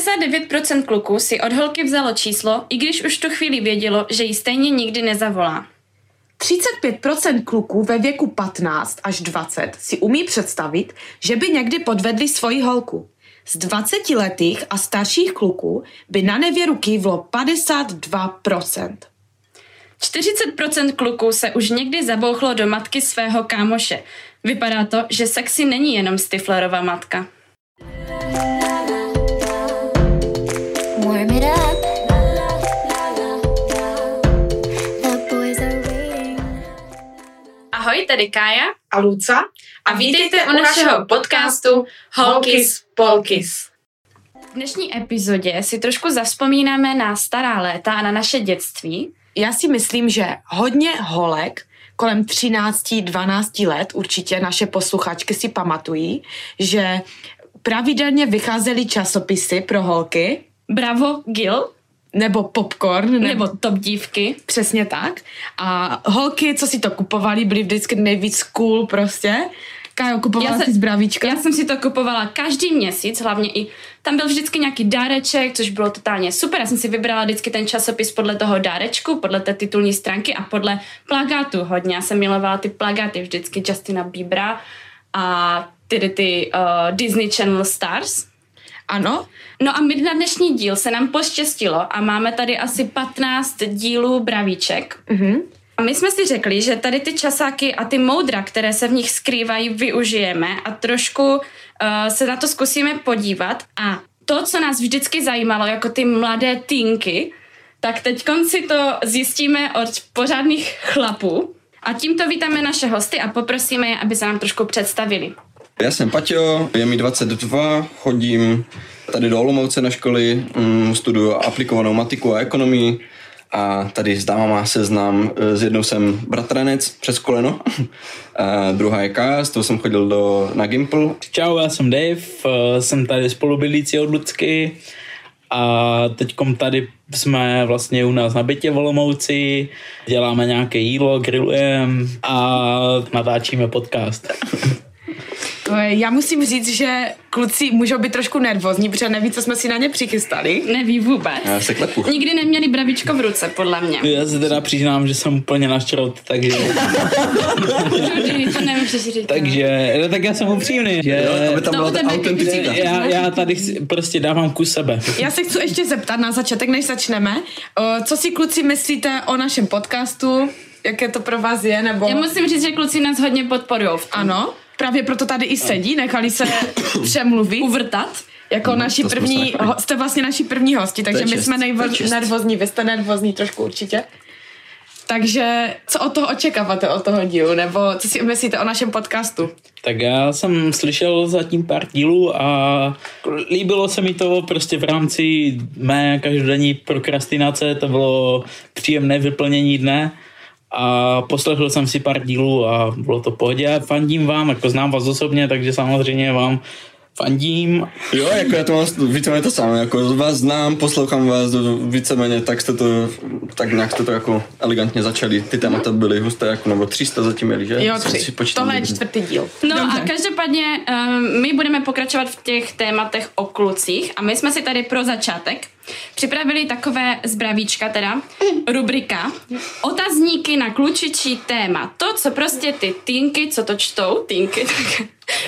69% kluků si od holky vzalo číslo, i když už tu chvíli vědělo, že ji stejně nikdy nezavolá. 35% kluků ve věku 15 až 20 si umí představit, že by někdy podvedli svoji holku. Z 20 letých a starších kluků by na nevěru kývlo 52%. 40% kluků se už někdy zabouchlo do matky svého kámoše. Vypadá to, že sexy není jenom Stiflerova matka. Warm it up. The boys are waiting. Ahoj, tady Kája A Luca? a vítejte u našeho podcastu Holky z Polkis. V dnešní epizodě si trošku zavzpomínáme na stará léta a na naše dětství. Já si myslím, že hodně holek kolem 13-12 let určitě naše posluchačky si pamatují, že pravidelně vycházely časopisy pro holky, Bravo, Gil, nebo popcorn, nebo, nebo Top dívky. přesně tak. A holky, co si to kupovali, byly vždycky nejvíc cool prostě. Kajo, kupovala Já se- si z bravíčka. Já jsem si to kupovala každý měsíc, hlavně i tam byl vždycky nějaký dáreček, což bylo totálně super. Já jsem si vybrala vždycky ten časopis podle toho dárečku, podle té titulní stránky a podle plagátu hodně. Já jsem milovala ty plagáty vždycky Justina Biebera a tedy ty uh, Disney Channel Stars. Ano, No a my na dnešní díl se nám poštěstilo a máme tady asi 15 dílů bravíček. mhm. A My jsme si řekli, že tady ty časáky a ty moudra, které se v nich skrývají, využijeme a trošku uh, se na to zkusíme podívat. A to, co nás vždycky zajímalo, jako ty mladé tinky, tak teď si to zjistíme od pořádných chlapů. A tímto vítáme naše hosty a poprosíme je, aby se nám trošku představili. Já jsem Paťo, je mi 22, chodím tady do Olomouce na školy, mm, studuju aplikovanou matiku a ekonomii a tady s dámama se znám, eh, s jednou jsem bratranec přes koleno, a druhá je Kája, s tou jsem chodil do, na Gimple Čau, já jsem Dave, eh, jsem tady spolubydlící od Lucky a teďkom tady jsme vlastně u nás na bytě v Olomouci, děláme nějaké jídlo, grillujeme a natáčíme podcast. E, Já musím říct, že kluci můžou být trošku nervózní, protože neví, co jsme si na ně přichystali. Neví vůbec. Já eh, se klepu. Nikdy neměli bravičko v ruce, podle mě. Já se teda přiznám, že jsem úplně na šrot, takže, Rudy, to nemůžeš říkat. takže no, tak já jsem upřímný, že Jo, aby tam no, To byla u ta tebe autenticita. klidně. já, já tady chci- prostě dávám ku sebe. Já se chci ještě zeptat na začátek, než začneme, o, co si kluci myslíte o našem podcastu, jaké to pro vás je, nebo... Já musím říct, že kluci nás hodně podporují v tom. Ano, právě proto tady i sedí, nechali se přemluvit. Uvrtat. Jako naši No, to jsme první, se nechali. ho, jste vlastně naši první hosti, takže my čest, jsme to je nejvo- čest. nervózní, vy jste nervózní trošku určitě. Takže co od toho očekáváte od toho dílu, nebo co si myslíte o našem podcastu? Tak já jsem slyšel zatím pár dílů a líbilo se mi to prostě v rámci mé každodenní prokrastinace, to bylo příjemné vyplnění dne a poslechl jsem si pár dílů a bylo to v pohodě. Fandím vám, jako znám vás osobně, takže samozřejmě vám fandím. Jo, jako já to mám s- víceméně to samé, jako vás znám, poslouchám vás, víceméně tak jste to, tak nějak jste to jako elegantně začali, ty témata byly husté, jako nebo 300 zatím jeli, že? Jo, Co si tři. počítám, Tohle je dobře. čtvrtý díl. No Dobře. a každopádně um, my budeme pokračovat v těch tématech o klucích a my jsme si tady pro začátek připravili takové zbravíčka teda, rubrika otazníky na klučičí téma. To, co prostě ty tinky, co to čtou, tinky, tak,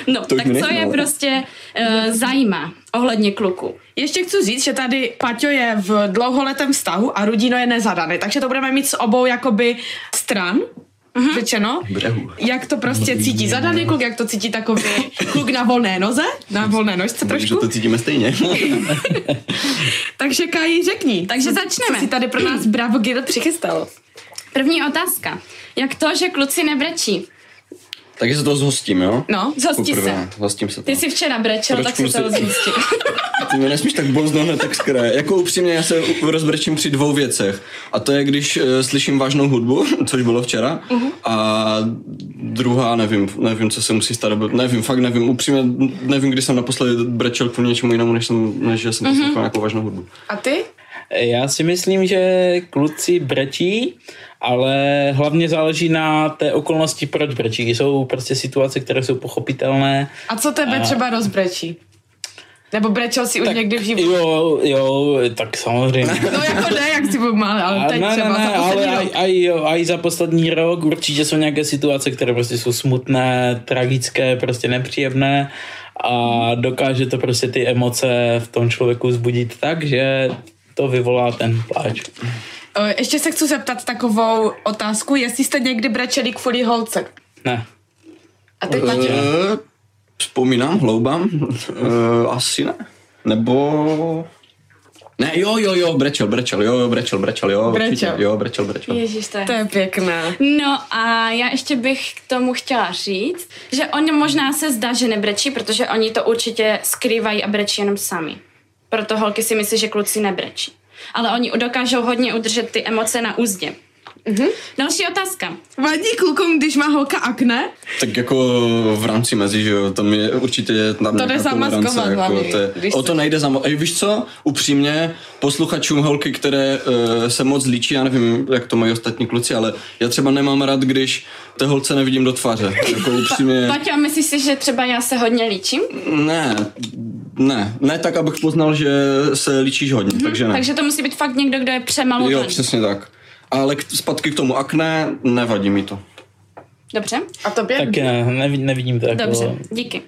no, To už tak mi co je nechme, ale- prostě uh, zajímá ohledně kluku. Ještě chci říct, že tady Paťo je v dlouholetém vztahu a Rudino je nezadaný, takže to budeme mít z obou jakoby stran řečeno. Brehu. Jak to prostě cítí zadaný kluk, jak to cítí takový kluk na volné noze, na volné nožce Že trošku. to cítíme stejně. Takže Kaji, řekni. Takže Co začneme. si tady pro nás Bravo Guild přichystal? První otázka. Jak to, že kluci nebrečí? Takže se to zhostím, jo? No, Zhosti se. Poprvé, zhostím se to. Ty jsi včera brečel, Proč tak se kluci- to zjistil. Ty mě nesmíš tak bouzno hned tak z kraje. Jako upřímně, já se u- rozbrečím při dvou věcech. A to je, když eh, slyším vážnou hudbu, což bylo včera. A druhá, nevím, nevím, co se musí stát. nebo- Nevím, fakt nevím. Upřímně, nevím, kdy jsem naposledy brečel kvůli něčemu jinému, než, jsem, než že jsem poslouchal nějakou vážnou hudbu. A ty? Já si myslím, že kluci brečí, ale hlavně záleží na té okolnosti, proč brečí. Jsou prostě situace, které jsou pochopitelné, A co tebe třeba rozbrečí? Nebo brečel si už tak někdy v životě. Jo, jo, tak samozřejmě. No jako ne, jak si pomáhal, ale A teď ne, ne, třeba ne, za ale poslední aj, rok. aj, jo, aj za poslední rok určitě jsou nějaké situace, které prostě jsou smutné, tragické, prostě nepříjemné a dokáže to prostě ty emoce v tom člověku zbudit tak, že to vyvolá ten pláč. Eh, Ještě se chci zeptat takovou otázku, jestli jste někdy brečeli kvůli holce. Ne. A teď Matěj. Eh, Vzpomínám, hloubám. Eh, Asi ne. Nebo... Ne, jo, jo, jo, brečel, brečel, jo, jo, brečel, brečel, jo, určitě, Brečel. jo, brečel, brečel. Ježíš, to je To je pěkné. No a já ještě bych k tomu chtěla říct, že oni možná se zdá, že nebrečí, protože oni to určitě skrývají a brečí jenom sami. Proto holky si myslí, že kluci nebrečí. Ale oni dokážou hodně udržet ty emoce na úzdě. Mhm. Mm-hmm. Další otázka. Vadí klukům, když má holka akne? Tak jako v rámci mezi, že jo, tam je určitě je tam jde nějaká zamaskovat tolerance, jako hlavně, to je, když O to se- nejde zamaskovat. Víš co, upřímně, posluchačům holky, které uh, se moc líčí, já nevím, jak to mají ostatní kluci, ale já třeba nemám rád, když té holce nevidím do tváře. Jako upřímně, Paťo, myslíš si, že třeba já se hodně líčím? ne, ne, ne tak, abych poznal, že se líčíš hodně, takže ne. Takže to musí být fakt někdo, kdo je přemalovaný. Jo, přesně tak. Ale k, zpátky k tomu akné, nevadí mi to. Dobře? A to Tak ne, nevi- nevidím to jako... Dobře, díky.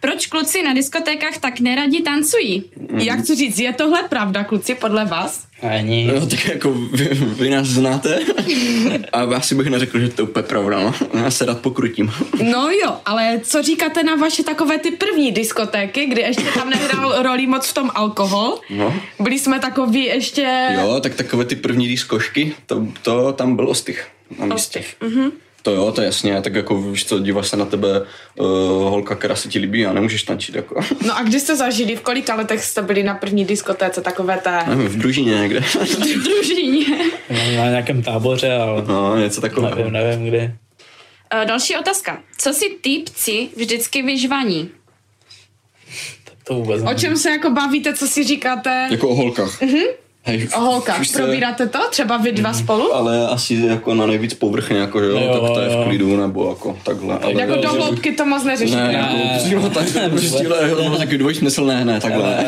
Proč kluci na diskotékách tak neradi tancují? Mm. Jak chci říct, je tohle pravda, kluci, podle vás? Ani. No, tak jako vy, vy nás znáte a já si bych neřekl, že to je úplně pravda, no. Já se rád pokrutím. No jo, ale co říkáte na vaše takové ty první diskotéky, kdy ještě tam nehrál roli moc v tom alkohol? No. Byli jsme takový ještě... Jo, tak takové ty první diskošky, to, to tam byl ostych na místě. Mm-hmm. To jo, to jasně, tak jako víš co, díváš se na tebe uh, holka, která se ti líbí a nemůžeš tančit jako, No a kdy jste zažili, v kolika letech jste byli na první diskotéce takové té? nevím, v družině někde. V družině. Na nějakém táboře, ale No, něco takového. nevím, nevím kdy. Eh, Další otázka. Co si týpci vždycky vyžvaní? Tak to vůbec O nevím. čem se jako bavíte, co si říkáte? Jako o holkách. Mm-hmm. Hej, Mhm. O holkách, víš co, probíráte to? Třeba vy Mhm. dva spolu? Ale asi jako na nejvíc povrchně, jako jo, Jo, jo tak to je jo. v klidu, nebo jako takhle. Ale Jako do že- hloubky to moc neřešíte. Ne, Ne. jako přímo tak, Ne, přímo tak, takový dvojsmyslné, ne, takhle.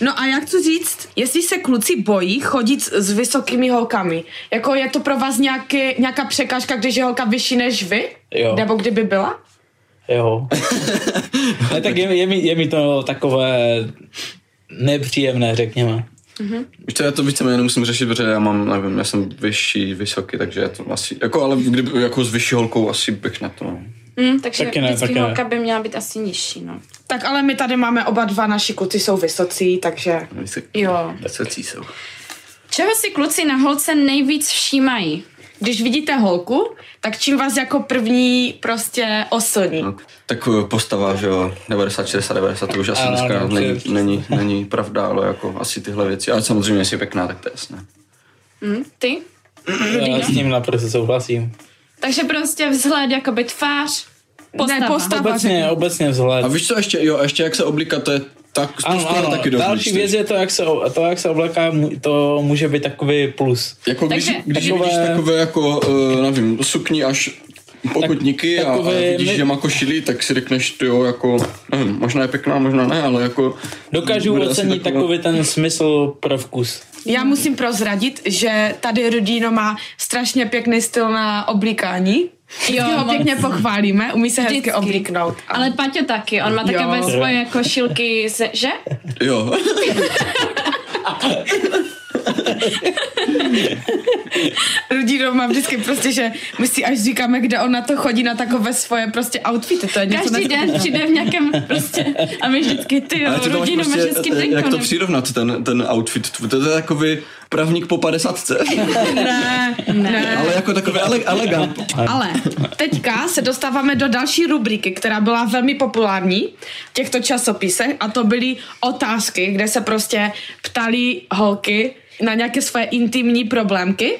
No a jak chci říct, jestli se kluci bojí chodit s- s vysokými holkami, jako je to pro vás nějaký, nějaká překážka, když je holka vyšší než vy? Jo. Nebo kdyby byla? Jo. Ale tak je, mi- je, mi, je mi to takové nepříjemné, řekněme. Víš co, já to víceméně nemusím řešit, protože já mám, nevím, já jsem vyšší, vysoký, takže já to asi, jako, ale kdyby, jako s vyšší holkou asi bych na to, no. Hm, takže Taky ne, vždycky taky ne. holka by měla být asi nižší, no. Tak ale my tady máme oba dva, naši kluci jsou vysocí, takže... Jo. Vysocí jsou. Čeho si kluci na holce nejvíc všímají? Když vidíte holku, tak čím vás jako první prostě oslní? No, tak eh, postava, že jo, 90, 60, 90, to už asi Ano, dneska dobře. není, není, není pravda, ale jako asi tyhle věci. Ale samozřejmě, jestli je pěkná, tak to je jasné. Hm, ty? Já s ním naprosto souhlasím. Takže prostě vzhled, jakoby tvář, postava. Ne, postava. Obecně, obecně vzhled. A víš co, ještě, jo, ještě jak se oblíkat, to je tak, Ano, ano. taky dobrý. Další čtyř. věc je to, jak se, o- to, jak se obleká, mu- to může být takový plus. Jako když, Takže- když Takové- takové... vidíš takové jako, uh, nevím, sukni až pokutníky tak, takové a, a vidíš, my- že má košili, tak si řekneš, ty jo, jako, nevím, možná je pěkná, možná ne, ale jako... Dokážu bude asi ocenit taková- takový ten smysl pro vkus. Já musím prozradit, že tady Rudino má strašně pěkný styl na oblíkání. Jo, ho pěkně pochválíme, umí se hezky Vždycky. oblíknout. Ale Paťo taky, on má takové Jo. svoje košilky, z, že? Jo. Rudino má vždycky prostě, že my si až říkáme, kde ona to chodí na takové svoje prostě outfity. To je něco Každý neskutečného. den přijde v nějakém prostě a my vždycky ty jo, Ale ty to máš rodinu prostě, prostě, mažeským eh, jak to denkonem. přirovnat, ten, ten outfit, to, to je takový právník po padesátce, Ne, ne. ale jako takový ele, elegant. Ale teďka se dostáváme do další rubriky, která byla velmi populární v těchto časopisech a to byly otázky, kde se prostě ptali holky na nějaké své intimní problémky.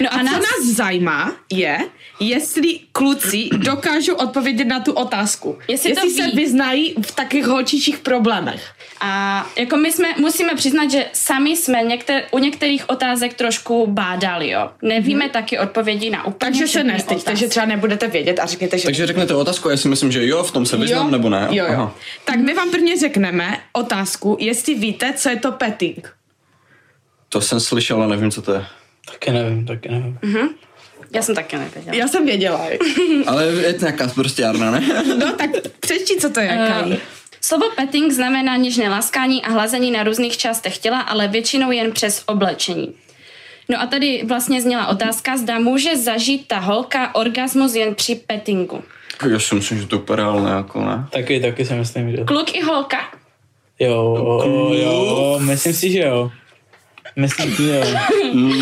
No A a co nás, nás zajímá je, jestli kluci dokážou odpovědět na tu otázku. Jestli to jestli se ví. vyznají v takových holčičích problémech. A jako my jsme, musíme přiznat, že sami jsme někter, u některých otázek trošku bádali, jo. Nevíme hmm. taky odpovědi na úplně Mhm. Takže se všechny nestyďte, otázky. že třeba nebudete vědět a řekněte, že... Takže řeknete otázku, já si myslím, že jo, v tom se vyznám, jo, nebo ne. Jo, jo. Aha. Tak my vám prvně řekneme otázku, jestli víte, co je to petting. To jsem slyšel, ale nevím, co to je. Taky nevím, taky nevím. Já jsem taky nevěděla. Já jsem věděla. Ale je to nějaká prostě jarna, ne? No tak přečti, co to je, Kali. Eh, Slovo petting znamená něžné laskání a hlazení na různých částech těla, ale většinou jen přes oblečení. No a tady vlastně zněla otázka, zda může zažít ta holka orgasmus jen při pettingu. Jako Já si myslím, že to úplně reálné, jako ne. Taky, taky si myslím, že... Kluk i holka? Jo, jo, myslím si, že jo. Myslím si, že jo.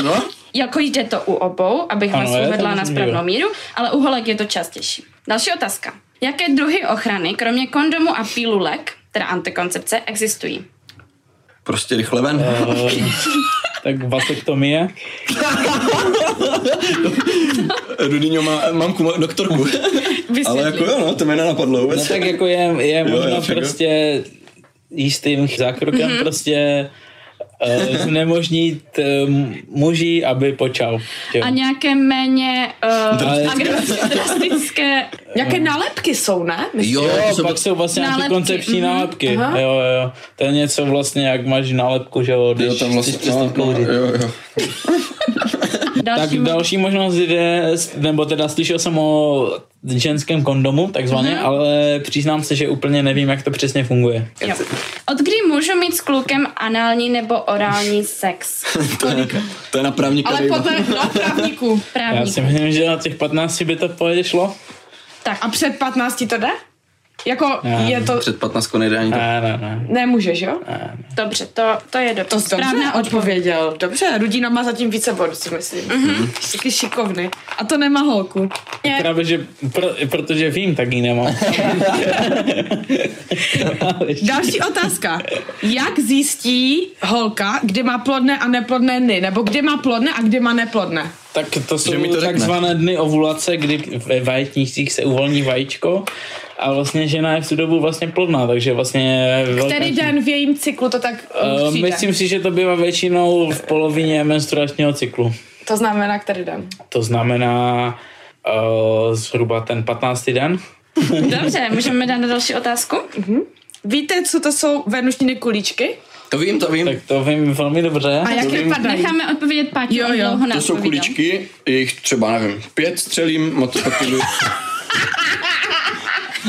No, Jako jde to u obou, abych Ano, vás já to uvedla na myslím, že jo. správnou míru, ale u holek je to častější. Další otázka. Jaké druhy ochrany, kromě kondomu a pilulek, teda antikoncepce, existují? prostě rychle ven. Eh, tak vasektomie. Rudiňo má mamku, má doktorku. Ale jako jo, no, to mi nenapadlo No vůbec. tak jako je, je Jo, možná já však jo. prostě jistým zákrokem Mhm. prostě eh, znemožnit eh, muži, aby počal. že jo. A nějaké méně Ale- uh, agresivní, drastické Nějaké nálepky jsou, ne? Jo, Jo, No, to jsou pak jsou vlastně Nálepky, antikoncepční mhm, nálepky. aha. Jo, jo. To je něco vlastně, jak máš nálepku, že jo, když jo, tam vlastně, chceš přestat no, no, kouřit. jo, jo. Tak další další možnost je, nebo teda slyšel jsem o ženském kondomu, takzvaně, Mhm. ale přiznám se, že úplně nevím, jak to přesně funguje. Jo. Od kdy můžu mít s klukem anální nebo orální sex? To je, to je na právníka. Ale Dejva. podle no, právníků. Já Právník. si myslím, že na těch 15 by to pohodě šlo. Tak, A před 15 to jde? Jako Ne. je to... Před 15 nejde ani tak. Ne, ne, ne. Nemůžeš, jo? Eh. dobře, to, to je dobře. To jsi dobře odpověděl. Dobře, Rudína má zatím více bodů, si myslím. Mhm. Mm-hmm. Taky šikovný. A to nemá holku. Je. Právě, že pro, protože vím, tak ji nemám. Ale ještě- Další otázka. Jak zjistí holka, kde má plodné a neplodné dny? Nebo kde má plodné a kde má neplodné? tak to jsou mi to řekne. takzvané dny ovulace, kdy ve vaječnících se uvolní vajíčko a vlastně žena je v tu dobu vlastně plodná, takže vlastně... velká- Který den v jejím cyklu to tak Eh, uh, přijde? myslím si, že to bývá většinou v polovině menstruačního cyklu. To znamená, který den? To znamená uh, zhruba ten 15. den. Dobře, můžeme dát na další otázku? Víte, co to jsou venušní kulíčky? To vím, to vím. Tak to vím velmi dobře. A jak vím. vypadají? Necháme odpovědět Páťu, Jo, on jo. dlouho To jsou neodpovídal. kuličky, jejich třeba, nevím, pět střelím, motopakuju.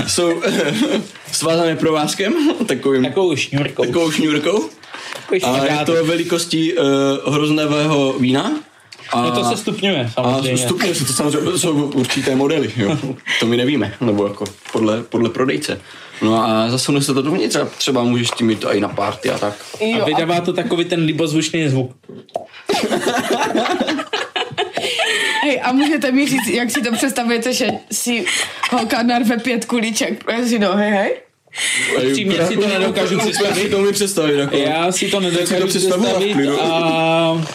jsou svázané provázkem, takovým, Takovou šňůrkou. takovou šňůrkou. Takovou A je šňůrkou. to velikostí uh, hroznevého vína. A, No to se stupňuje a samozřejmě. stupně se to samozřejmě jsou určité modely, jo. to my nevíme, nebo jako podle, podle prodejce. No a zasune se to dovnitř a třeba můžeš tím mít to i na party a tak. A vydává to takový ten libozvučný zvuk. Hej, a můžete mi říct, jak si to představujete, že si holka narve pět kulíček? Já si no, hej, hej. Upřímně si to nedokážu představit. To mi představit, jako. Já si to si nedokážu to představuju na představit klidu. a...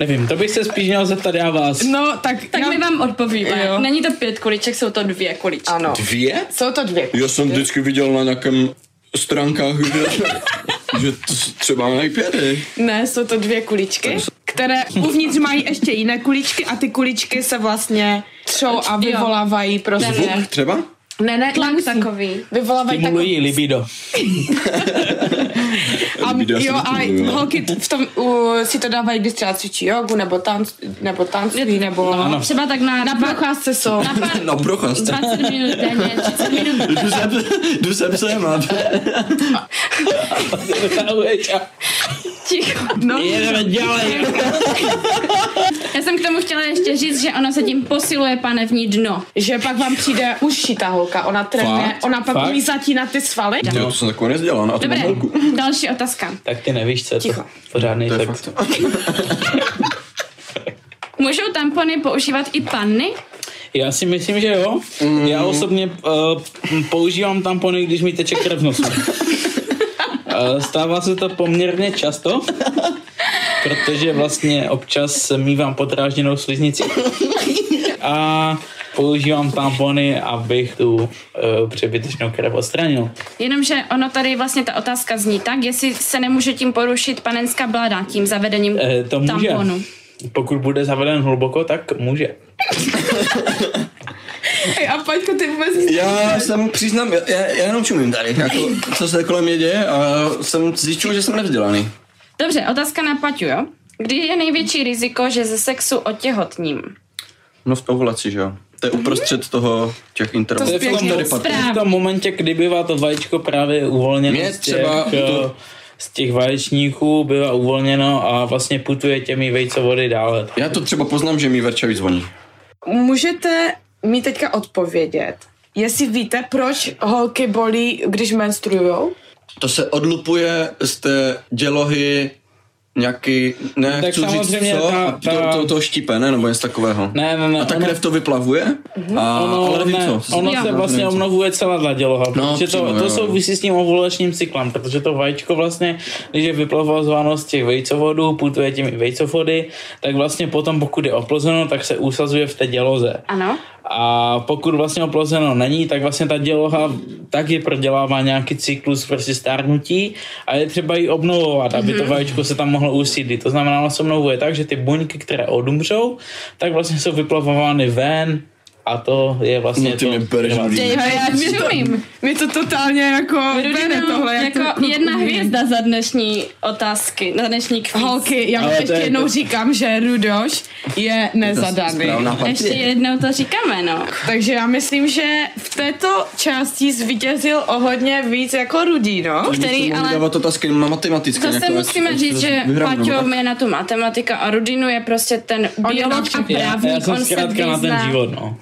Nevím, to bych se spíš měl zeptat já vás. No, tak... Tak já- my vám odpovíme. Jo. Není to pět kuliček, jsou to dvě kuličky. Ano. Dvě? Jsou to dvě. Já jsem vždycky viděl na nějakém stránkách, že, že to s- třeba mají pět. Ne, jsou to dvě kuličky, které uvnitř mají ještě jiné kuličky a ty kuličky se vlastně třou a vyvolávají prostě... Zvuk třeba? Ne, ne, Tlak nemusí. takový. Vyvolávají takový... Stimulují libido. A, Libido, já se jo, a vytimuluju, jo. holky v tom u, si to dávají, když třeba cvičí jogu, nebo tanc, nebo tancují, nebo... Ano. Třeba tak na, Na procházce jsou. na pár, No procházce. 20 minut denně, 30 minut. Jdu sem, jdu sem, sem a Ticho. No. Jedeme dělej. Já jsem k tomu chtěla ještě říct, že ono se tím posiluje panevní dno. Že pak vám přijde užší ta holka, ona trénuje, Fakt? ona pak Fakt? umí zatínat ty svaly. Jo, to jsem takové nezdělal, na to mám Dobré, holku. další otázka. Tak ty nevíš, co je to Ticho. pořádný To je sex. fakt. Můžou tampony používat i panny? Já si myslím, že jo. Mm. Já osobně uh, používám tampony, když mi teče krev v nosu. Eh, Stává se to poměrně často, protože vlastně občas mívám podrážděnou sliznici. A používám tampony, abych tu uh, přebytečnou krev odstranil. Jenomže ono tady vlastně ta otázka zní tak, jestli se nemůže tím porušit panenská bláda tím zavedením Eh, to může. tamponu. Pokud bude zaveden hluboko, tak může. Hej, a Paťko, ty vůbec nic Já jsem přiznám, já- já, já jenom čumím tady, jako, co se kolem mě děje a jsem zjišťuju, že jsem nevzdělaný. Dobře, otázka na Paťu, jo? Kdy je největší riziko, že ze sexu otěhotním? No v ovulaci, že jo? To je uprostřed toho těch intervalů. To je v tom tady pěkně patří. správně. V tom momentě, kdy bývá to vajíčko právě uvolněno Mě z těch, třeba eh, to- z těch vaječníků, bývá uvolněno a vlastně putuje těmi vejcovody dále. Já to třeba poznám, že mi verčavý zvoní. Můžete mi teďka odpovědět, jestli víte, proč holky bolí, když menstruujou? To se odlupuje z té dělohy nějaký, ne, Tak chci říct, samozřejmě co, ta- ta, ta- ta... to, to, to štípe, ne, nebo něco takového. Ne, ne, ne, A ta ono- Mhm. krev to vyplavuje, a, Ono, ale nevím ne, co. co ono jsem- se nevím, vlastně co. obnovuje celá ta děloha, No, protože to, přímo, to jo. souvisí s tím ovulačním cyklem, protože to vajíčko vlastně, když je vyplavováno z těch vejcovodů, putuje těmi vejcovody, tak vlastně potom, pokud je oplozeno, tak se usazuje v té děloze. Ano? A pokud vlastně oplozeno není, tak vlastně ta děloha taky prodělává nějaký cyklus prostě stárnutí a je třeba ji obnovovat, aby to vajíčko se tam mohlo usídlit. To znamená, ona se obnovuje tak, že ty buňky, které odumřou, tak vlastně jsou vyplavovány ven a to je vlastně No ty to. mě bereš, Rudy. Ty, já čumím. Mě to totálně jako bere Rudino, tohle. jak to jako kluk jedna umí. hvězda za dnešní otázky, za dnešní kvíz. Holky, já vám Ale to ještě je- jednou říkám, že Rudoš je nezadaný. Správná partie. Ještě jednou to říkáme, no. Takže já myslím, že v této části zvítězil o hodně víc jako Rudí, no? Který Musím ale- dávat otázky matematické. Zase nějaké, musíme ať- říct, ať- že vyhrám, no, Paťo tak. je na to matematika a Rudinu je prostě ten biolog a nadšený. Já, já právník, jsem on se zkrátka na ten vyzná. život, no.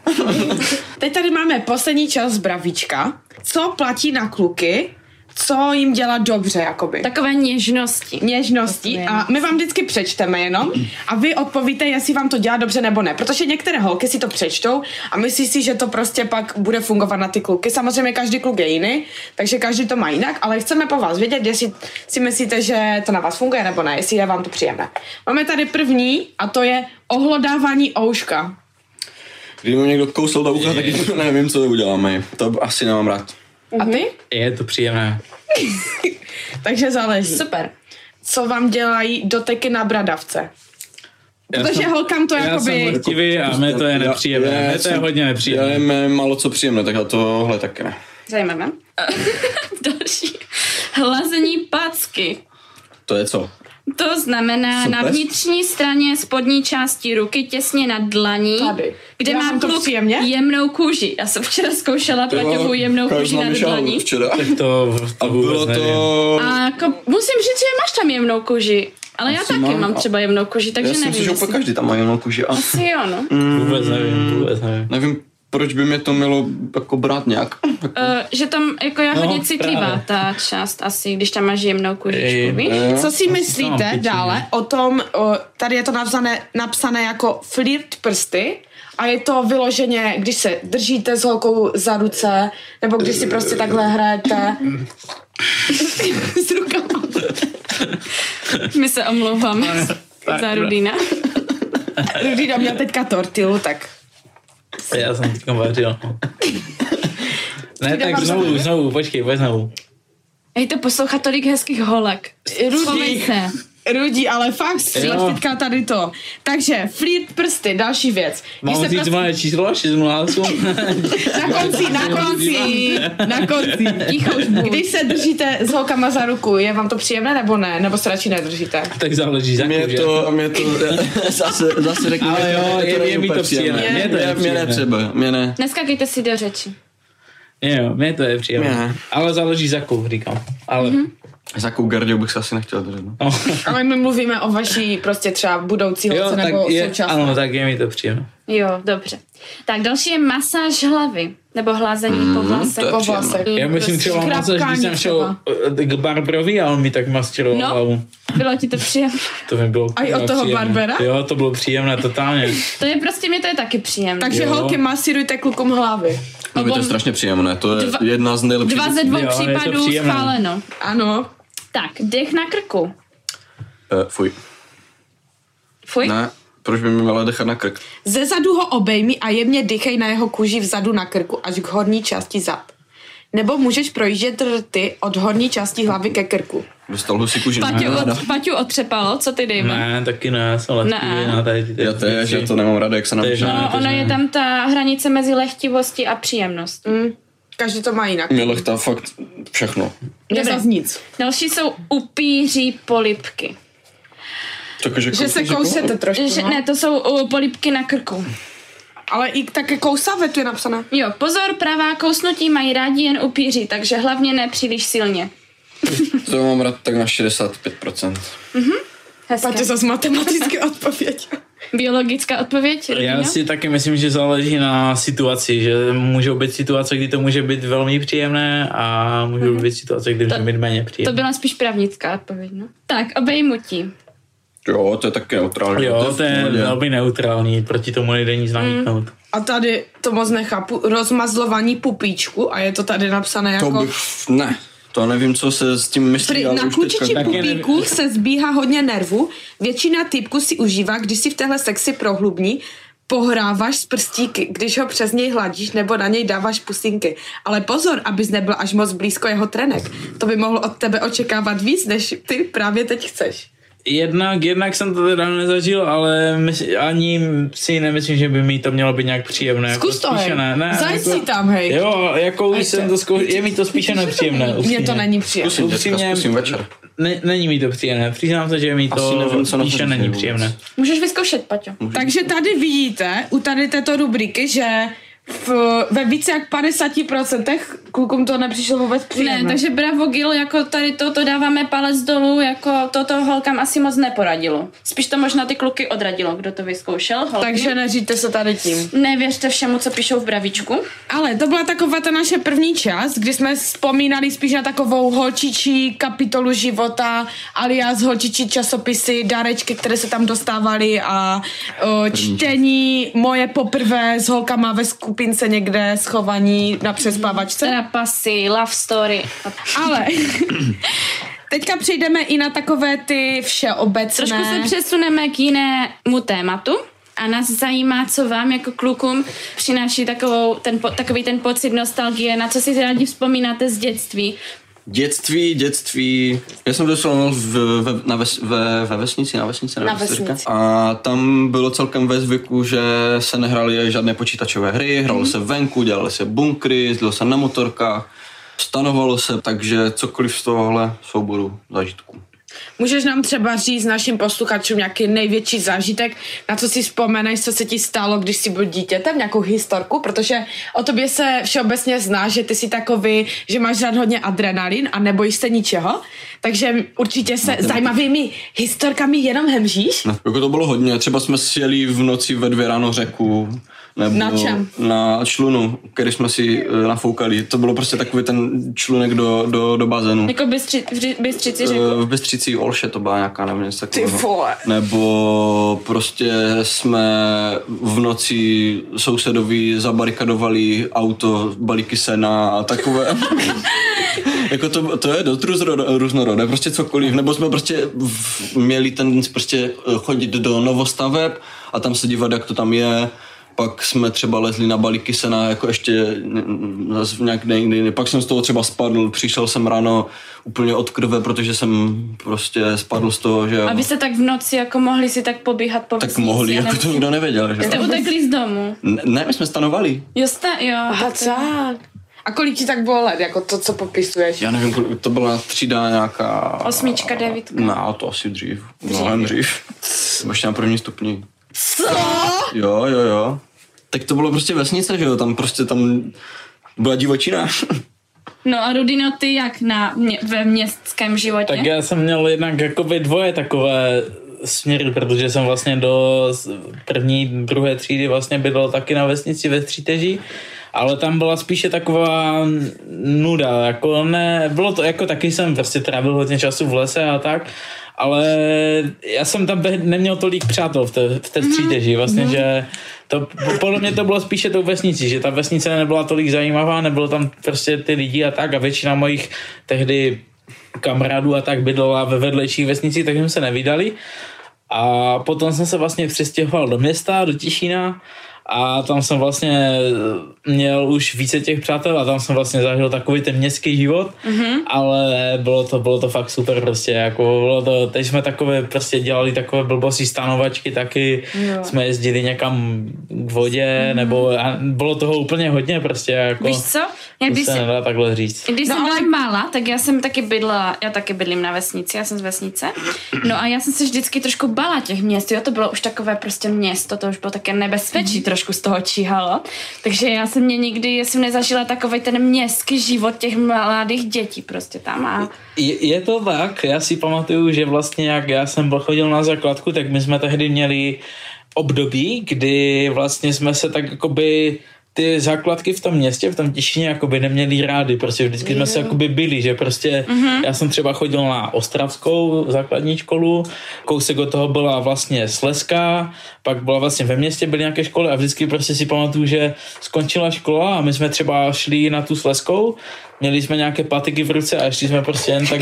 Teď tady máme poslední čas z Bravíčka. Co platí na kluky? Co jim dělá dobře, jakoby? Takové něžnosti. něžností a my vám vždycky přečteme jenom a vy odpovíte, jestli vám to dělá dobře nebo ne. Protože některé holky si to přečtou a myslí si, že to prostě pak bude fungovat na ty kluky. Samozřejmě každý kluk je jiný, takže každý to má jinak, ale chceme po vás vědět, jestli si myslíte, že to na vás funguje nebo ne, jestli je vám to příjemné. Máme tady první a to je ohlodávání ouška. Kdyby mi někdo kousl do ucha, tak nevím, co uděláme. To asi nemám rád. A ty? Je to příjemné. Takže záleží. Super. Co vám dělají doteky na bradavce? Já Protože jsem- holkám to Já jsem jakoby... lechtivý a mě to je Já- já nepříjemné. Mě to je jsem- hodně Já nepříjemné. jim málo co příjemné, tak a tohle taky ne. Zajímavé. Další. Hlazení pácky. To je co? To znamená Super. na vnitřní straně spodní části ruky těsně nad dlaní, Tady. kde Já má mám to kluk příjemně? jemnou kůži. Já jsem včera zkoušela Paťovu jemnou kůži nad dlaní. včera. To, to A bylo vůbec nevím. to... A jako, musím říct, že máš tam jemnou kůži. Ale já Asi taky mám, mám, mám a- třeba jemnou kůži, takže Já si nevím. myslím, že úplně každý tam má jenom kůži a Asi jo, no. Vůbec nevím, vůbec nevím. nevím, proč by mě to mělo jako brát nějak. Uh, že tam jako já No, hodně citlivá právě. ta část asi, když tam máš jemnou Ej, kůžičku, víš? eh. Co si mám myslíte piči, dále ne? o tom, o, tady je to napsané, napsané jako flirt prsty a je to vyloženě, když se držíte s holkou za ruce, nebo když si prostě takhle hrajete s rukama. My se omlouváme za Rudina. Rudina měl teďka tortilu, tak Já jsem teďka vařil. no. ne, Přidávám tak znovu, znovu. znovu, počkej, pojď znovu. Hej, to poslouchá tolik hezkých holek. Vzpomeň Rudí, se. Rudí, ale fakt, Jo. střílíš teďka tady to. Takže flirt prsty, další věc. Když Mám se prostě- říct moje číslo 608. Na konci, na konci, na konci. Ticho už buď. Když se držíte s holkama za ruku, je vám to příjemné nebo ne? Nebo se radši nedržíte? tak záleží za Mě kůže. to, mě to, zase, zase řeknu, Ale mě to- jo, mě to je- není je mi to úplně příjemné. Mě to je Mě- Mě ne příjemné. třeba, mě ne. Neskakejte si do řeči. Jo, mě to je příjemné. Ne. Ale záleží za kůž, říkám. Ale... Mm-hmm. Za jakou gardiou bych se asi nechtěl držet. no. No. Ale my mluvíme o vaší prostě třeba budoucí holce Jo, tak nebo je, je, současné. ano, tak je mi to příjemné. Jo, dobře. Tak další je masáž hlavy, nebo hlázení po vlase. to je Po Po vlasech. Mm, Já myslím prostě třeba masaž, když chrapkání jsem šel eh, k Barbrovi a on mi tak mastiroval No. hlavu. Bylo ti to příjemné? To mi bylo A i od toho příjemné. Barbera? Jo, to bylo příjemné, totálně. To je prostě, mě to je taky příjemné. Takže Jo. holky masírujte klukům hlavy. No, mi to je Obom- strašně příjemné, to je Dva- jedna z nejlepších. Dva ze věcí. dvou Jo, je to případů příjemné. schváleno. Ano. Tak, dech na krku. Eh, Fuj. Fuj. Ne, Proč by mi měla dechat na krk? Ze zadu ho obejmi a jemně dýchej na jeho kůži vzadu na krku až k horní části zad. Nebo můžeš projíždět rty od horní části hlavy ke krku. Dostal husíku ženu. Paťu, od, Paťu otřepalo, co ty dejme? Ne, taky ne, ale Ne. ne. na no, tady ty, ty Já to je, že to nemám ráda, jak se nám To je žena. žádná. No, to ono znám. je tam ta hranice mezi lehtivostí a příjemnost. Hm, každý to má jinak. Mě lechtá fakt všechno. Nezaz nic. Další jsou upíří polipky. Takže Že se kousete trošku, Že, no. ne, to jsou uh, polipky na krku. Ale i také kousavé tu je napsané. Jo, pozor, pravá kousnutí mají rádi jen upíří, takže hlavně ne příliš silně. To mám rád tak na 65%. Hezké. Paťo zase matematicky odpověď. Biologická odpověď? Já rodina? si taky myslím, že záleží na situaci, že můžou být situace, kdy to může být velmi příjemné a můžou být situace, kdy může být méně To příjemné. byla spíš právnická odpověď, no. Tak, obejmutí. Jo, to je taky neutrální. Jo, v to je pohodě. velmi neutrální, proti tomu nejde Mm. nic namítnout. A tady to moc nechápu. Rozmazlování pupíčku a je to tady napsané jako... To bych, ne, to nevím, co se s tím myslí, Pri, ale na už teďka... klučičí Taky pupíku se zbíhá hodně nervu. Většina typků si užívá, když si v téhle sexy prohlubní, pohráváš s prstíky, když ho přes něj hladíš nebo na něj dáváš pusinky. Ale pozor, abys nebyl až moc blízko jeho trenek. To by mohlo od tebe očekávat víc, než ty právě teď chceš. Jednak, jednak jsem to teda nezažil, ale mysl, ani si nemyslím, že by mi to mělo být nějak příjemné. Zkus to, Jako hej. spíše ne, ne, Zajď si tam, hej. Jo, jako už jsem to zkoušel, je mi to spíše nepříjemné. Mně to upřímně. není příjemné. Zkusím, děcka, Upřímně, zkusím večer. Ne, není mi to příjemné. Přiznám se, že mi Asi to nevím, co na to spíše říct není vůbec. příjemné. Můžeš vyzkoušet, Paťo. Takže tady vidíte, u tady této rubriky, že v, ve více jak 50% klukům to nepřišlo vůbec příjemné. Ne, takže bravo Gil, jako tady to, to dáváme palec dolů, jako toto holkám asi moc neporadilo. Spíš to možná ty kluky odradilo, kdo to vyzkoušel. Holky. takže neříte se tady tím. Nevěřte všemu, co píšou v bravičku. Ale to byla taková ta naše první část, kdy jsme vzpomínali spíš na takovou holčičí kapitolu života, alias holčičí časopisy, darečky, které se tam dostávaly a o, čtení moje poprvé s holkama ve skupince někde schovaní na přespávačce. Teda pasy, love story. Ale teďka přejdeme i na takové ty všeobecné... Trošku se přesuneme k jinému tématu. A nás zajímá, co vám jako klukům přináší takovou, ten, po- takový ten pocit nostalgie, na co si rádi vzpomínáte z dětství. Dětství, dětství. Já jsem doslova mluvil v, ve, na ves, ve, ve vesnici, na vesnici, nevím, Na jak se to říká. vesnici. A tam bylo celkem ve zvyku, že se nehrály žádné počítačové hry, hrálo se Mhm. venku, dělali se bunkry, jezdilo se na motorkách, stanovalo se, takže cokoliv z tohohle souboru zážitků. Můžeš nám třeba říct našim posluchačům nějaký největší zážitek, na co si vzpomeneš, co se ti stalo, když jsi byl dítětem, nějakou historku, protože o tobě se všeobecně zná, že ty jsi takový, že máš rád hodně adrenalin a nebojíš se ničeho, takže určitě se zajímavými historkami jenom hemžíš. No, jako to bylo hodně, třeba jsme sjeli v noci ve dvě ráno řeku, nebo Na čem? na člunu, který jsme si eh, nafoukali. To bylo prostě takový ten člunek do, do, do bazénu. Jako bystři, vři- bystřici řekl. Eh, V Bystřicí Olše to byla nějaká, nevím, něco takového. vole. Nebo prostě jsme v noci sousedovi zabarikadovali auto, balíky sena a takové. jako to, to je dost růzro- různorodé, prostě cokoliv. Nebo jsme prostě v, měli tendenci prostě eh, chodit do novostaveb a tam se dívat, jak to tam je. Pak jsme třeba lezli na balíky sena jako ještě mm, zas v nějak někde jiný. Pak jsem z toho třeba spadl, přišel jsem ráno úplně od krve, protože jsem prostě spadl z toho, že... Abyste tak v noci jako mohli si tak pobíhat po Tak vesnici, mohli, jako to nebo- nikdo nevěděl, že? vlastně Jste vlastně utekli z domu. Ne, Ne, my jsme stanovali. Jo, jste, jo. tak to- A kolik ti tak bylo let, jako to, co popisuješ? Já nevím, kolik- to byla třída nějaká... Osmička, devítka. No, to asi dřív. Mnohem dřív. Možná na první stupni. Co? Jo, jo, jo. Tak to bylo prostě vesnice, že jo? Tam prostě tam byla divočina. No a Rudino, ty jak na mě, ve městském životě? Tak já jsem měl jednak jakoby dvoje takové směry, protože jsem vlastně do s- první, druhé třídy vlastně bydlel taky na vesnici ve Stříteží, ale tam byla spíše taková nuda, jako ne, bylo to, jako taky jsem prostě trávil hodně času v lese a tak, ale já jsem tam tehdy neměl tolik přátel v té, v té stříteži, vlastně, že to, podle mě to bylo spíše tou vesnici, že ta vesnice nebyla tolik zajímavá, nebylo tam prostě ty lidi a tak a většina mojich tehdy kamarádů a tak bydlela ve vedlejší vesnici, tak jsme se nevydali. A potom jsem se vlastně přestěhoval do města, do Těšína a tam jsem vlastně měl už více těch přátel a tam jsem vlastně zažil takový ten městský život, mm-hmm. ale bylo to, bylo to fakt super prostě, jako bylo to, teď jsme takové prostě dělali takové blbosti stanovačky taky, jo. jsme jezdili někam k vodě, mm-hmm. nebo a bylo toho úplně hodně prostě, jako Víš co? Já to když se si, nedá takhle říct. když No jsem byla ale- malá, tak já jsem taky bydla, já taky bydlím na vesnici, já jsem z vesnice. No a já jsem se vždycky trošku bala těch měst, jo, to bylo už takové prostě město, to už bylo také nebezpečí, Mhm. trošku z toho číhalo. Takže já jsem mě nikdy, já jsem nezažila takový ten městský život těch mladých dětí prostě tam a... Je, je to tak, já si pamatuju, že vlastně jak já jsem byl- chodil na základku, tak my jsme tehdy měli období, kdy vlastně jsme se tak jakoby ty základky v tom městě, v tom Těšině jakoby neměli rády, prostě vždycky jsme se jakoby byli, že prostě mm-hmm. já jsem třeba chodil na Ostravskou základní školu, kousek od toho byla vlastně Slezská, pak byla vlastně ve městě byly nějaké školy a vždycky prostě si pamatuju, že skončila škola a my jsme třeba šli na tu Slezskou, měli jsme nějaké patiky v ruce a šli jsme prostě jen tak,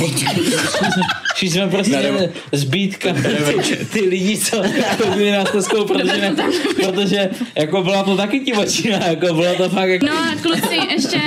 šli jsme prostě Na revo- jen zbítka ty lidi, co co byli na Slezskou, protože, ne, protože jako byla to taky divočina, jako bylo to fakt jako... No a kluci, ještě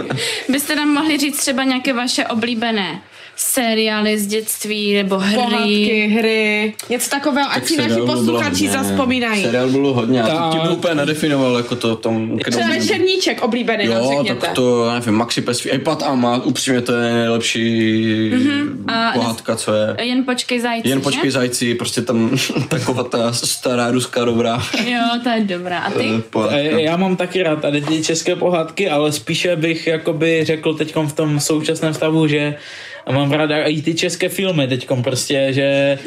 byste nám mohli říct třeba nějaké vaše oblíbené seriály z dětství nebo hry. Pohádky, hry, něco takového, ať si naši Seriálu bylo posluchači hodně. zaspomínají. Seriál bylo hodně, já to Tak. tím úplně nedefinoval, jako to tam... Třeba kdo- večerníček oblíbený, nám Jo, řekněte. tak to, já nevím, Maxi Pes, iPad a Mat, upřímně to je nejlepší A- mm-hmm. pohádka, co je. Jen počkej zajci, Jen počkej že? zajci, prostě tam taková ta stará ruská dobrá Jo, to je dobrá. A ty? eh, pohádka. E, Já mám taky rád tady ty české pohádky, ale spíše bych jakoby řekl teď v tom současném stavu, že mám ráda i ty české filmy teď prostě, že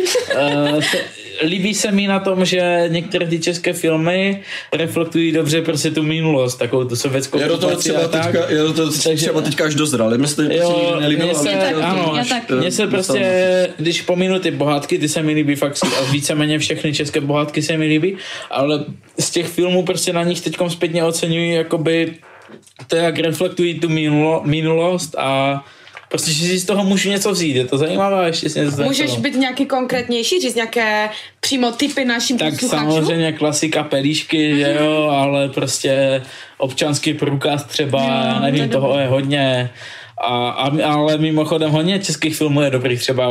uh, se, líbí se mi na tom, že některé ty české filmy reflektují dobře prostě tu minulost, takovou tu sovětskou Já do toho okupaci a třeba teďka, já do toho Takže- třeba teďka až dozrál, mě se to prostě Jo, nikdy nelíbilo, mně ale se- teďka to ano, až, já taky. eh, Mně se prostě, dostalo. když pominu ty pohádky, ty se mi líbí fakt a víceméně všechny české pohádky se mi líbí, ale z těch filmů prostě na nich teďkom zpětně oceňuji jakoby to, jak reflektují tu minulo, minulost a prostě, že si z toho můžu něco vzít, je to zajímavé a ještě si něco Můžeš zachovám. být nějaký konkrétnější, říct nějaké přímo typy našim tak posluchačům? samozřejmě klasika pelíšky, že jo, ale prostě občanský průkaz třeba, já nevím, toho je hodně. A, a, ale mimochodem hodně českých filmů je dobrých, třeba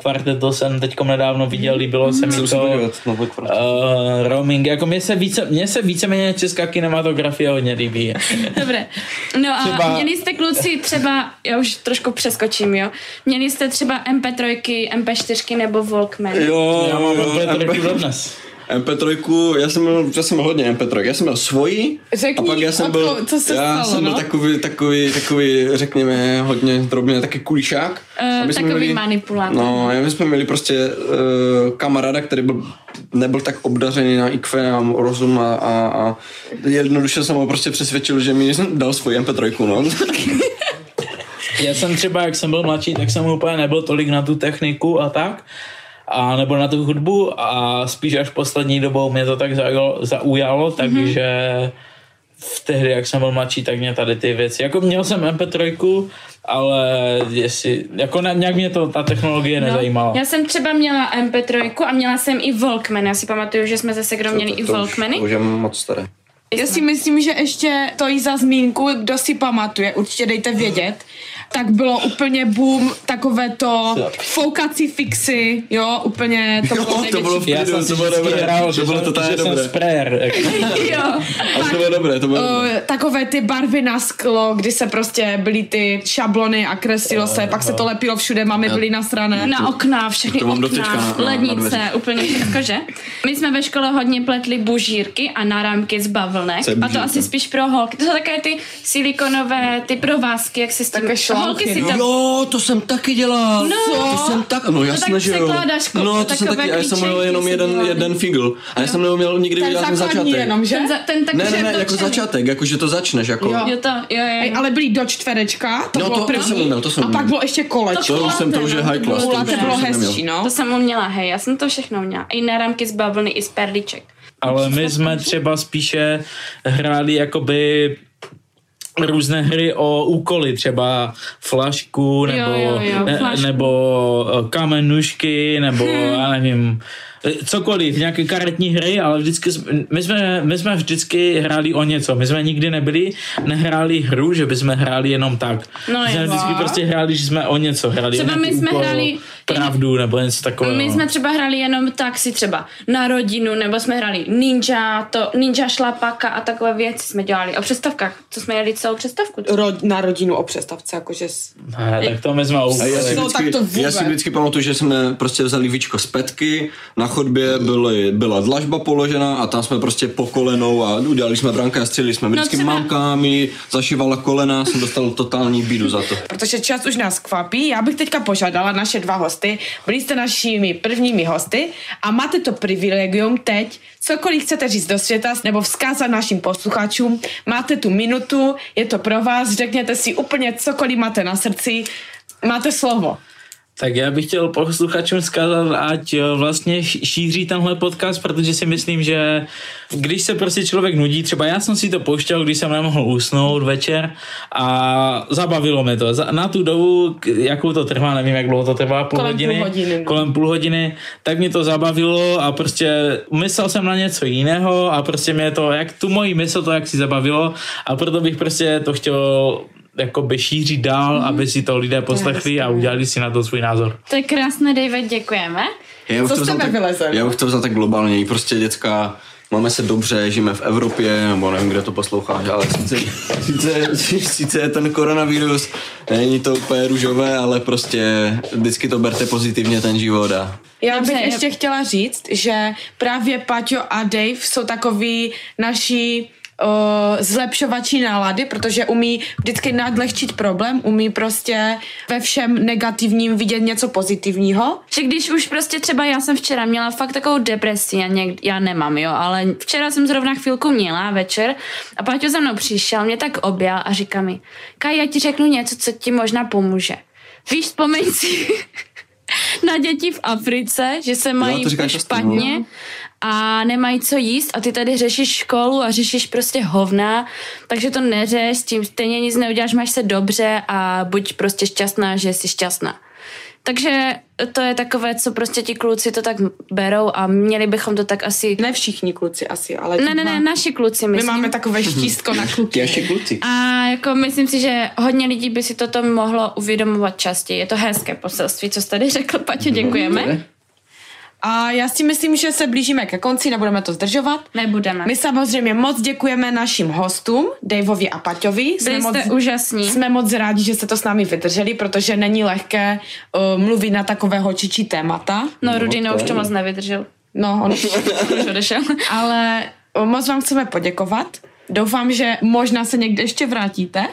Kvarteto jsem teď nedávno viděl, líbilo se mi Musím se to. podívat, no pojď pro- Uh, roaming, jako mně se, více, mně se víceméně česká kinematografie hodně líbí. Eh. Dobré. No a Třeba- měli jste kluci třeba, já už trošku přeskočím, jo. Měli jste třeba MP3, MP4 nebo Walkman. Jo, Já mám jo, MP3 MP3. dodnes. MP3, já jsem měl, já jsem měl hodně MP3, já jsem měl svoji Řekni, a pak já jsem o byl, to, co se já stalo, jsem byl no? takový, takový, takový, řekněme, hodně drobně, taky kulišák. Eh, A my jsme takový manipulátor. No, a my jsme měli prostě uh, kamaráda, který byl, nebyl tak obdařený na IQ a rozum a, a, a jednoduše jsem ho prostě přesvědčil, že mi dal svoji MP3, no. Já jsem třeba, jak jsem byl mladší, tak jsem úplně nebyl tolik na tu techniku a tak, a nebo na tu hudbu a spíš až poslední dobou mě to tak zaujalo, zaujalo takže v tehdy, jak jsem byl mladší, tak mě tady ty věci, jako měl jsem MP3, ale jestli, jako ne, nějak mě to ta technologie nezajímala. Já jsem třeba měla MP3 a měla jsem i Walkman. Já si pamatuju, že jsme zase kdo měli To- i to už- Walkmany. To už je moc staré. Já si myslím, že ještě to i za zmínku, kdo si pamatuje, určitě dejte vědět, tak bylo úplně boom takové to foukací fixy, jo, úplně to bylo, Jo, to bylo v Já jsem klidu, si to bylo vždycky dobré, hrál, že, to bylo jsem- totálně že jsem dobré. sprayer. jako. jo. A to bylo dobré, to bylo dobré. Eh, takové ty barvy na sklo, kdy se prostě byly ty šablony a kreslilo se, pak se to lepilo všude, máme byly nasrané. Na okna, všechny to mám okna, doteďka na- na- na lednice, dveřích. úplně všechno, že? My jsme ve škole hodně pletli bužírky a náramky z bavlnek. Co je A to bužírka? asi spíš pro holky. To jsou také ty silikonové, ty provázky, jak si s tím... Také šláky, holky si no. tam... Jo, to jsem taky dělal. No. to jsem tak, no jasně, tak že jo. překládáš, ko- no, to jako jsem takové taky, a já jsem měl klíčenky jenom jsem jeden, dělala. jeden figl. A já jsem neuměl nikdy No. Ten udělat ten základní začátek. jenom, že? Ten, za, ten tak, Ne, že ne, ne, jako točený. začátek, jako že to začneš, jako. Jo. Jo to, jo, jo. Ej, jo. ale byly do čtverečka, to No, bylo to- to první, jsem uměl, to jsem a pak uměl. bylo ještě kolečko. To už jsem, vlastně to už je kulaté, no, high class. to už Kulaté jsem bylo jsem neměl. hezčí, no. To jsem uměla, hej, já jsem to všechno uměla. I náramky z bavlny, i z perliček. Ale my jsme třeba spíše hráli jakoby různé hry o úkoly, třeba flašku, nebo, eh, jo, jo, ne- flašku. Hmm. nebo eh, kamenušky, nebo já nevím, cokoliv, nějaké karetní hry, ale vždycky, jsme- my jsme, my jsme vždycky hráli o něco. My jsme nikdy nebyli, nehráli hru, že by jsme hráli jenom tak. No my jsme jo. vždycky prostě hráli, že jsme o něco hráli. Třeba nějaký my jsme úkol, hráli- Pravdu nebo něco takového. My jsme třeba hráli jenom tak si třeba na rodinu, nebo jsme hráli ninja, to ninja šlapaka a takové věci jsme dělali. O přestavkách, co jsme jeli celou přestavku. Ro, na rodinu o přestavce, jakože... s- Ne, tak to my jsme A já, si No, vždycky, tak to vůbec. já si vždycky pamatuju, že jsme prostě vzali víčko z petky, na chodbě byly, byla dlažba položena a tam jsme prostě po kolenou a udělali jsme branka a střelili jsme. Vždycky no, třeba- mamka mi zašívala kolena, jsem dostal totální bídu za to. Protože čas už nás kvapí, já bych teďka požádala naše dva hosty. Byli jste našimi prvními hosty a máte to privilegium teď. Cokoliv chcete říct do světa nebo vzkázat našim posluchačům, máte tu minutu, je to pro vás, řekněte si úplně cokoliv máte na srdci, máte slovo. Tak já bych chtěl posluchačům zkázat, ať eh, vlastně š- šíří tenhle podcast, protože si myslím, že když se prostě člověk nudí, třeba já jsem si to pouštěl, když jsem nemohl usnout večer a zabavilo mě to. Za- Na tu dobu, k- jakou to trvá, nevím, jak dlouho to trvá, půl Kolem půl hodiny, hodiny. kolem půl hodiny, tak mě to zabavilo a prostě myslel jsem na něco jiného a prostě mě to, jak tu moji mysl to jak si zabavilo a proto bych prostě to chtěl jakoby šířit dál, aby si to lidé poslechli a udělali si na to svůj názor. To je krásné, David, děkujeme. Já bych Co to z vzal tebe tak, vyleze? Já bych to vzal tak globálně, prostě děcka, máme se dobře, žijeme v Evropě, nebo nevím, kde to posloucháš, ale sice, sice, sice je ten koronavirus, není to úplně růžové, ale prostě vždycky to berte pozitivně ten život a Já Dobře, bych já- ještě chtěla říct, že právě Paťo a Dave jsou takoví naši uh, zlepšovači nálady, protože umí vždycky nadlehčit problém, umí prostě ve všem negativním vidět něco pozitivního. Že když už prostě třeba já jsem včera měla fakt takovou depresi, já, někdy, já nemám, jo, ale včera jsem zrovna chvilku měla večer a Paťo za mnou přišel, mě tak objal a říká mi, Kaj, já ti řeknu něco, co ti možná pomůže. Víš, vzpomeň si na děti v Africe, že se mají to říká často, špatně a nemají co jíst a ty tady řešíš školu a řešíš prostě hovna, takže to neřeš, s tím stejně nic neuděláš, máš se dobře a buď prostě šťastná, že jsi šťastná. Takže to je takové, co prostě ti kluci to tak berou a měli bychom to tak asi... Ne všichni kluci asi, ale Ne, ne, ne, my naši kluci, myslím. máme takové štístko na kluky. ještě kluci. A jako myslím si, že hodně lidí by si toto mohlo uvědomovat častěji. Je to hezké poselství, co jsi tady řekl, Paťo, děkujeme. A já si myslím, že se blížíme ke konci, nebudeme to zdržovat. Nebudeme. My samozřejmě moc děkujeme našim hostům, Daveovi a Paťovi. Byli jste úžasní. Jsme moc rádi, že jste to s námi vydrželi, protože není lehké uh, mluvit na takové hočičí témata. No, Rudina už to moc nevydržel. No, on... Už odešel. ale uh, moc vám chceme poděkovat. Doufám, že možná se někde ještě vrátíte.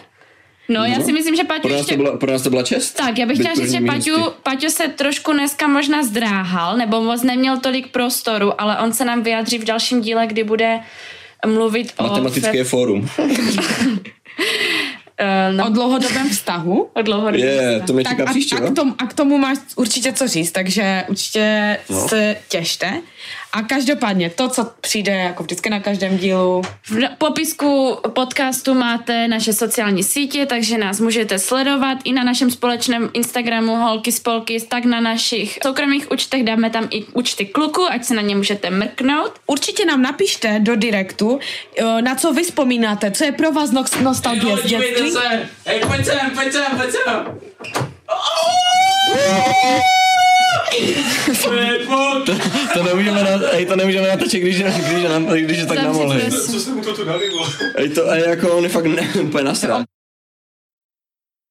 No, já si myslím, že Paťu Pro nás, to ještě... byla, pro nás to byla čest? Tak, já bych Být chtěla říct, že prvními Paťu, hosty. Paťu se trošku dneska možná zdráhal, nebo moc neměl tolik prostoru, ale on se nám vyjádří v dalším díle, kdy bude mluvit o... Matematické fórum. eh, O no, dlouhodobém vztahu. o dlouhodobě. Je, to mě Tak čeká a, příště, a, no? k tomu, a k tomu máš určitě co říct, takže určitě no. No. se těšte. A každopádně to, co přijde jako vždycky na každém dílu, V popisku podcastu máte naše sociální sítě, takže nás můžete sledovat i na našem společném Instagramu Holky Spolky, tak na našich soukromých účtech dáme tam i účty kluku, ať se na ně můžete mrknout. určitě nám napište do direktu, eh, na co vy vzpomínáte, co je pro vás nox- nostalgie z dětství. Hej, pojď sem, pojď sem, pojď sem! To nemůžeme, na, ej, to nemůžeme natočit, když, když, když, když je tak Zavřít namohli. nos. Ej, to, ej, jako on je fakt ne, úplně nasrát.